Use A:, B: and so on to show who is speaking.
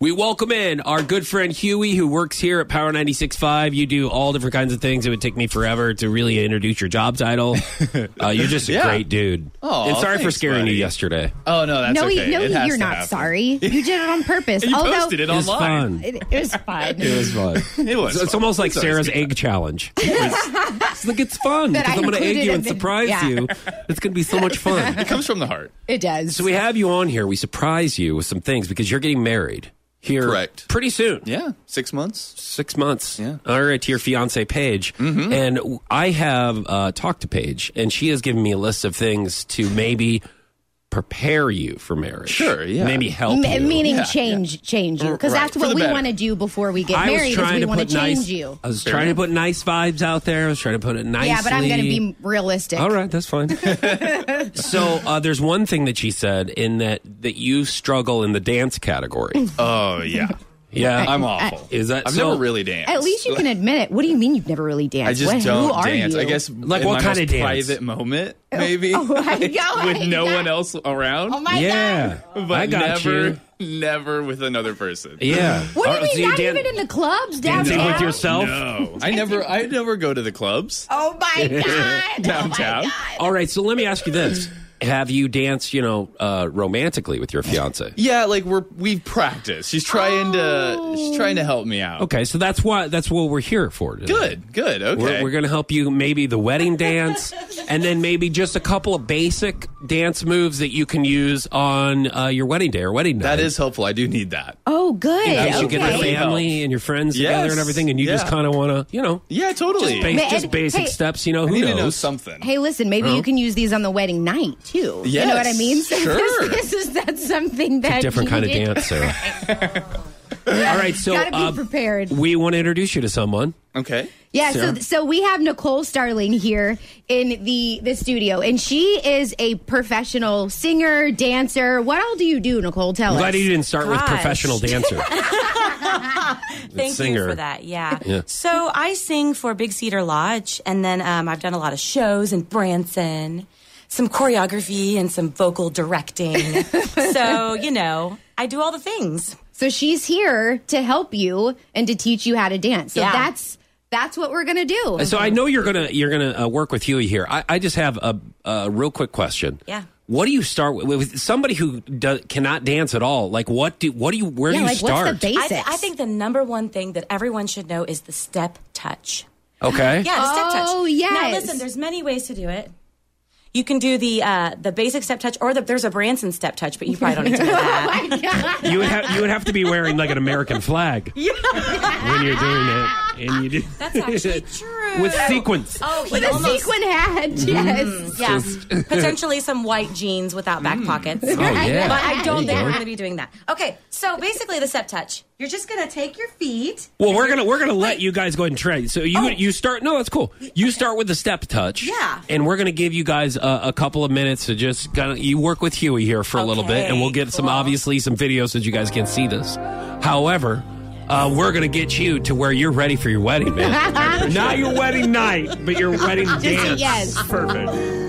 A: We welcome in our good friend Huey, who works here at Power 96.5. You do all different kinds of things. It would take me forever to really introduce your job title. Uh, you're just a
B: Yeah.
A: great dude.
B: Aw,
A: and sorry for
B: thanks,
A: scaring you
B: buddy.
A: yesterday.
B: Oh no, that's
C: no,
B: okay.
C: you- no,
B: It has
C: you're
B: to
C: not
B: happen.
C: sorry. You did it on purpose.
B: You
C: Although
B: posted it
A: It was
B: online.
A: fun.
C: It, it was fun.
A: It was fun.
B: It was.
A: It's, it's
B: fun.
A: almost like
B: always
A: Sarah's
B: good.
A: egg challenge. It's like it's fun
C: That
A: because
C: I
A: I'm going to egg
C: included
A: you
C: a
A: and
C: bit-
A: surprise
C: yeah.
A: you. It's going to be so much fun.
B: It comes from the heart.
C: It does.
A: So we have you on here. We surprise you with some things because you're getting married here
B: Correct.
A: pretty soon.
B: Yeah, six months.
A: Six months.
B: Yeah. Mm-hmm.
A: All right, to your fiance Paige, and w- I have uh, talked to Paige, and she has given me a list of things to maybe prepare you for marriage.
B: Sure, yeah.
A: Maybe help.
C: M-
A: you.
C: meaning
B: Yeah,
C: change, change you because
B: Right.
C: that's
B: For
C: what
B: the
C: we
B: better.
C: want to do before we get
A: I was
C: married. Is
A: trying
C: we
A: to
C: want to
A: put
C: change
A: nice.
C: you.
A: I was trying to put nice vibes out there. I was trying to put it nicely.
C: Yeah, but I'm going to be realistic.
A: All right, that's fine. so uh, there's one thing that she said in that that you struggle in the dance category.
B: Oh yeah,
A: Yeah,
B: I'm awful.
A: Is that
B: I've
A: so-
B: never really danced.
C: At least you can admit it. What do you mean you've never really danced?
B: I just
C: What-
B: don't
C: who are
B: dance.
C: You?
B: I guess
A: Like,
B: in
A: what
B: my
A: kind
B: most
A: of dance?
B: Private moment, maybe.
C: Oh my God.
B: With no one else around.
C: Oh my
A: yeah,
C: God.
B: but
A: I got
B: never,
A: you.
B: never with another person.
A: Yeah.
C: What do
A: Are-
B: Oh,
C: you mean?
A: so
C: not
A: dan-
C: even in the clubs
A: dancing
C: downtown.
A: with yourself?
B: No, I never. I never go to the clubs.
C: Oh my God.
B: Downtown.
C: Oh my God.
A: All right, so let me ask you this: Have you danced, you know, uh, romantically with your fiance?
B: Yeah, like we're we've practiced. She's trying to she's trying to help me out.
A: Okay, so that's why that's what we're here for. today.
B: Good, good. Okay.
A: We're, we're going to help you maybe the wedding dance, and then maybe just a couple of basic dance moves that you can use on uh, your wedding day or wedding night.
B: That is helpful. I do need that.
C: Oh, good.
A: in case
C: okay.
A: you get the
B: okay.
A: family and your friends together
B: Yes,
A: and everything, and you just
B: yeah.
A: kind of want to, you know,
B: Yeah, totally.
A: base,
C: But-
A: just basic
C: hey-
A: steps. You know,
B: I
A: who
B: need to know
A: knows?
B: something.
C: Hey, listen, maybe
A: Oh.
C: you can use these on the wedding night too. You know what I
B: Yes,
C: mean? So
B: sure.
C: This, this is that's something that
A: Different kind of
C: you
A: dance, Sarah. All right, so
C: Gotta be
A: uh,
C: prepared.
A: we want to introduce you to someone.
B: Okay.
C: Yeah, so
A: Sarah?
C: so we have Nicole Starling here in the the studio, and she is a professional singer, dancer. What all do you do, Nicole? Tell
A: I'm glad
C: us.
A: you didn't start with
D: Gosh.
A: professional dancer.
D: Thank
A: singer.
D: you for that. Yeah. So I sing for Big Cedar Lodge, and then um, I've done a lot of shows in Branson, some choreography, and some vocal directing. so you know, I do all the things.
C: So she's here to help you and to teach you how to dance. So
D: Yeah.
C: that's that's what we're gonna do.
A: so I know you're gonna you're gonna uh, work with Huey here. I, I just have a, a real quick question.
D: Yeah.
A: What do you start with, with somebody who do, cannot dance at all? Like what do what do you where
C: yeah,
A: do you
C: like
A: start?
C: what's the
D: I,
C: basics?
D: th- I think the number one thing that everyone should know is the step touch.
A: okay.
D: Yeah, the step touch.
C: Oh,
D: Now
C: yes.
D: listen, there's many ways to do it. You can do the uh, the basic step touch, or the, there's a Branson step touch, but you probably don't need to know
C: Oh
D: that.
A: You would have you would have to be wearing like an American flag when you're doing it, and you do
D: That's actually true.
A: with sequins.
D: Oh, he
C: the
D: almost Mm,
C: sequin hat. Yes.
D: Yeah, potentially some white jeans without back pockets.
A: Oh, yeah.
D: But I don't
A: There
D: think
A: you go.
D: we're going to be doing that. Okay, so basically the step touch. You're just going to take your feet.
A: Well, we're gonna we're gonna let you guys go ahead and try. So you you start. No, that's cool. You start with the step touch.
D: Oh. Yeah.
A: And we're gonna give you guys a, a couple of minutes to just kind of you work with Huey here for a little bit, and we'll
D: Okay,
A: get some
D: cool.
A: obviously some videos that you guys can see this. However. Uh, we're gonna get you to where you're ready for your wedding, man. Not your wedding night, but your wedding
C: Just a
A: dance.
C: yes.
A: Perfect.